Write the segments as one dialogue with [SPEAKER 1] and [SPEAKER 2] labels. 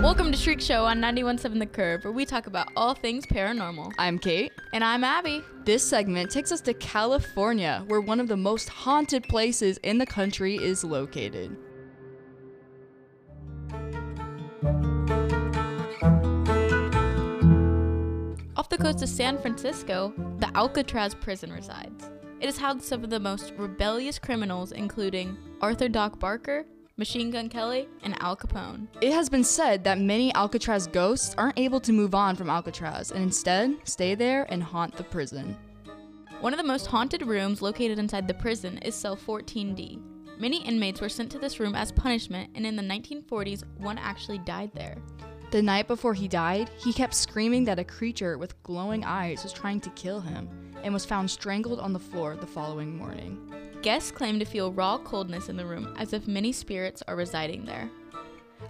[SPEAKER 1] Welcome to Shriek Show on 917 The Curve, where we talk about all things paranormal.
[SPEAKER 2] I'm Kate.
[SPEAKER 1] And I'm Abby.
[SPEAKER 2] This segment takes us to California, where one of the most haunted places in the country is located.
[SPEAKER 1] Off the coast of San Francisco, the Alcatraz prison resides. It has housed some of the most rebellious criminals, including Arthur Doc Barker, Machine Gun Kelly, and Al Capone.
[SPEAKER 2] It has been said that many Alcatraz ghosts aren't able to move on from Alcatraz and instead stay there and haunt the prison.
[SPEAKER 1] One of the most haunted rooms located inside the prison is cell 14D. Many inmates were sent to this room as punishment, and in the 1940s, one actually died there.
[SPEAKER 2] The night before he died, he kept screaming that a creature with glowing eyes was trying to kill him and was found strangled on the floor the following morning.
[SPEAKER 1] Guests claim to feel raw coldness in the room as if many spirits are residing there.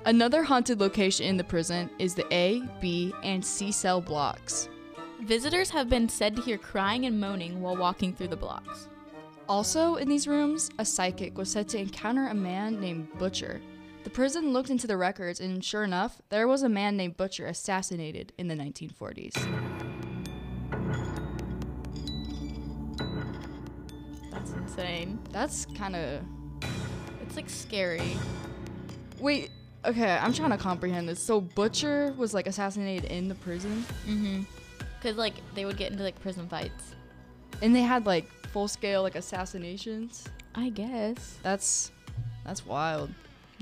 [SPEAKER 2] Another haunted location in the prison is the A, B, and C cell blocks.
[SPEAKER 1] Visitors have been said to hear crying and moaning while walking through the blocks.
[SPEAKER 2] Also, in these rooms, a psychic was said to encounter a man named Butcher. The prison looked into the records, and sure enough, there was a man named Butcher assassinated in the 1940s.
[SPEAKER 1] That's insane.
[SPEAKER 2] That's kind of.
[SPEAKER 1] It's like scary.
[SPEAKER 2] Wait, okay, I'm trying to comprehend this. So, Butcher was like assassinated in the prison,
[SPEAKER 1] Mm-hmm. Cause like they would get into like prison fights.
[SPEAKER 2] and they had like full scale like assassinations.
[SPEAKER 1] I guess.
[SPEAKER 2] That's. That's wild.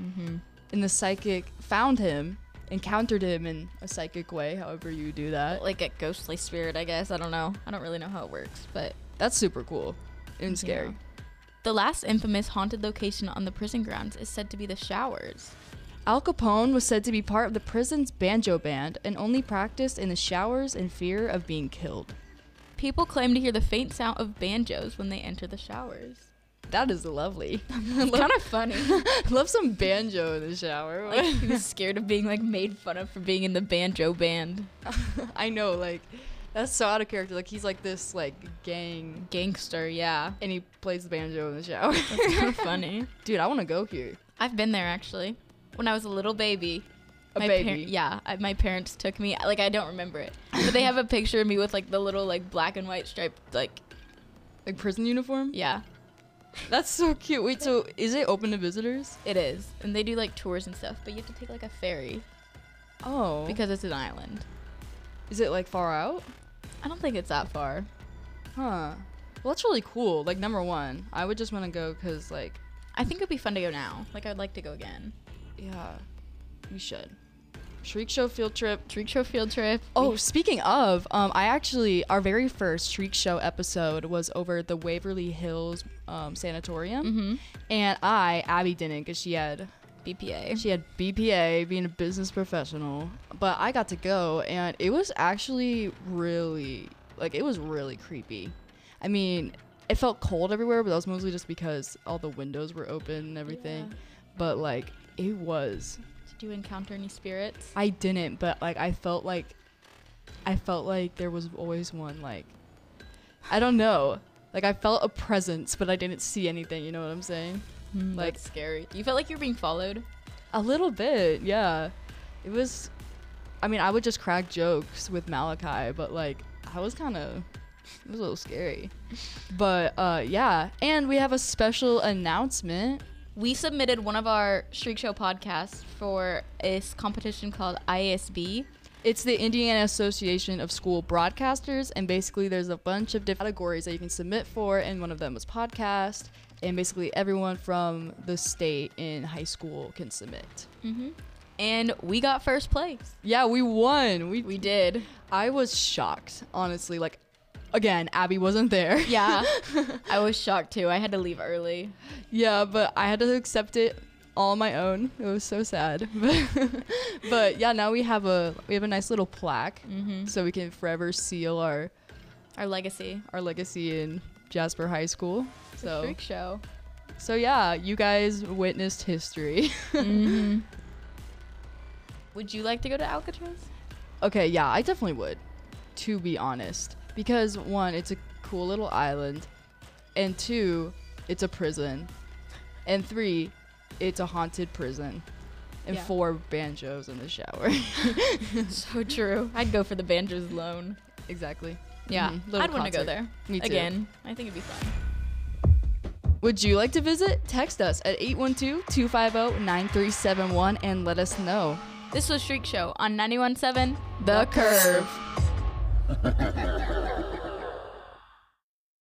[SPEAKER 1] Mm-hmm.
[SPEAKER 2] And the psychic found him, encountered him in a psychic way, however you do that.
[SPEAKER 1] Like a ghostly spirit, I guess. I don't know. I don't really know how it works, but
[SPEAKER 2] That's super cool and scary.
[SPEAKER 1] Yeah. The last infamous haunted location on the prison grounds is said to be the showers.
[SPEAKER 2] Al Capone was said to be part of the prison's banjo band and only practiced in the showers in fear of being killed.
[SPEAKER 1] People claim to hear the faint sound of banjos when they enter the showers.
[SPEAKER 2] That is lovely.
[SPEAKER 1] kind of funny.
[SPEAKER 2] Love some banjo in the shower.
[SPEAKER 1] like he was scared of being like made fun of for being in the banjo band.
[SPEAKER 2] I know, like that's so out of character. Like he's like this like gang
[SPEAKER 1] Gangster, yeah.
[SPEAKER 2] and he plays the banjo in the shower.
[SPEAKER 1] That's kind of funny.
[SPEAKER 2] Dude, I want to go here.
[SPEAKER 1] I've been there actually. When I was a little baby.
[SPEAKER 2] A
[SPEAKER 1] my
[SPEAKER 2] baby.
[SPEAKER 1] par- yeah, I, my parents took me. Like I don't remember it, but they have a picture of me with like the little like black and white striped like
[SPEAKER 2] Like prison uniform?
[SPEAKER 1] yeah,
[SPEAKER 2] That's so cute. Wait, so is it open to visitors?
[SPEAKER 1] it is. And they do like tours and stuff, but you have to take like a ferry
[SPEAKER 2] Oh. Because
[SPEAKER 1] because it's an island.
[SPEAKER 2] is it like far out?
[SPEAKER 1] I don't think it's that far.
[SPEAKER 2] Huh. Well, that's really cool. Like number 1, I would just want to go cuz like
[SPEAKER 1] I think it'd be fun to go now. Like I'd like to go again.
[SPEAKER 2] Yeah, we should. Shriek Show field trip.
[SPEAKER 1] Shriek show field trip.
[SPEAKER 2] Oh, speaking of, um, I actually our very first Shriek Show episode was over the Waverly Hills um, Sanatorium,
[SPEAKER 1] mm-hmm.
[SPEAKER 2] and I Abby didn't because she had
[SPEAKER 1] BPA.
[SPEAKER 2] she had BPA, being a business professional, but I got to go, and it was actually really like it was really creepy. I mean, it felt cold everywhere, but that was mostly just because all the windows were open and everything.
[SPEAKER 1] Yeah.
[SPEAKER 2] But like, it was
[SPEAKER 1] Did you encounter any spirits?
[SPEAKER 2] I didn't, but like I felt like I felt like there was always one like I don't know. Like I felt a presence, but I didn't see anything, you know what I'm saying?
[SPEAKER 1] Mm-hmm. like
[SPEAKER 2] like-
[SPEAKER 1] That's scary. You felt like you were being followed.
[SPEAKER 2] A little bit, yeah. It was I mean, I would just crack jokes with Malachi, but like I was kind of it was a little scary. But uh yeah, and we have a special announcement.
[SPEAKER 1] We submitted one of our Shriek Show podcasts for this competition called IASB.
[SPEAKER 2] It's the Indiana Association of School Broadcasters, and basically there's a bunch of different categories that you can submit for, and one of them was podcast, and basically everyone from the state in high school can submit.
[SPEAKER 1] And we got first place.
[SPEAKER 2] Yeah, we won. We,
[SPEAKER 1] We did.
[SPEAKER 2] I was shocked, honestly. Like, again, Abby wasn't there.
[SPEAKER 1] Yeah. I was shocked too. I had to leave early.
[SPEAKER 2] yeah, but I had to accept it all on my own. It was so sad, but, but yeah, now we have a we have a nice little plaque, so we can forever seal our
[SPEAKER 1] Our legacy.
[SPEAKER 2] our legacy in Jasper High School. So,
[SPEAKER 1] Shriek Show.
[SPEAKER 2] so yeah, you guys witnessed history.
[SPEAKER 1] Mm-hmm.
[SPEAKER 2] Mm-hmm.
[SPEAKER 1] Would you like to go to Alcatraz?
[SPEAKER 2] okay, yeah, I definitely would, to be honest, because one, it's a cool little island, and two, it's a prison, and three, it's a haunted prison. and
[SPEAKER 1] Yeah.
[SPEAKER 2] four banjos in the shower.
[SPEAKER 1] so true. I'd go for the banjos alone.
[SPEAKER 2] exactly.
[SPEAKER 1] Yeah,
[SPEAKER 2] Mhm. Little
[SPEAKER 1] I'd want to go there
[SPEAKER 2] concert. Me too.
[SPEAKER 1] again. I think it'd be fun.
[SPEAKER 2] Would you like to visit? Text us at oh, 812-250-9371 and let us know.
[SPEAKER 1] This was Shriek Show on 91.7 The Curve.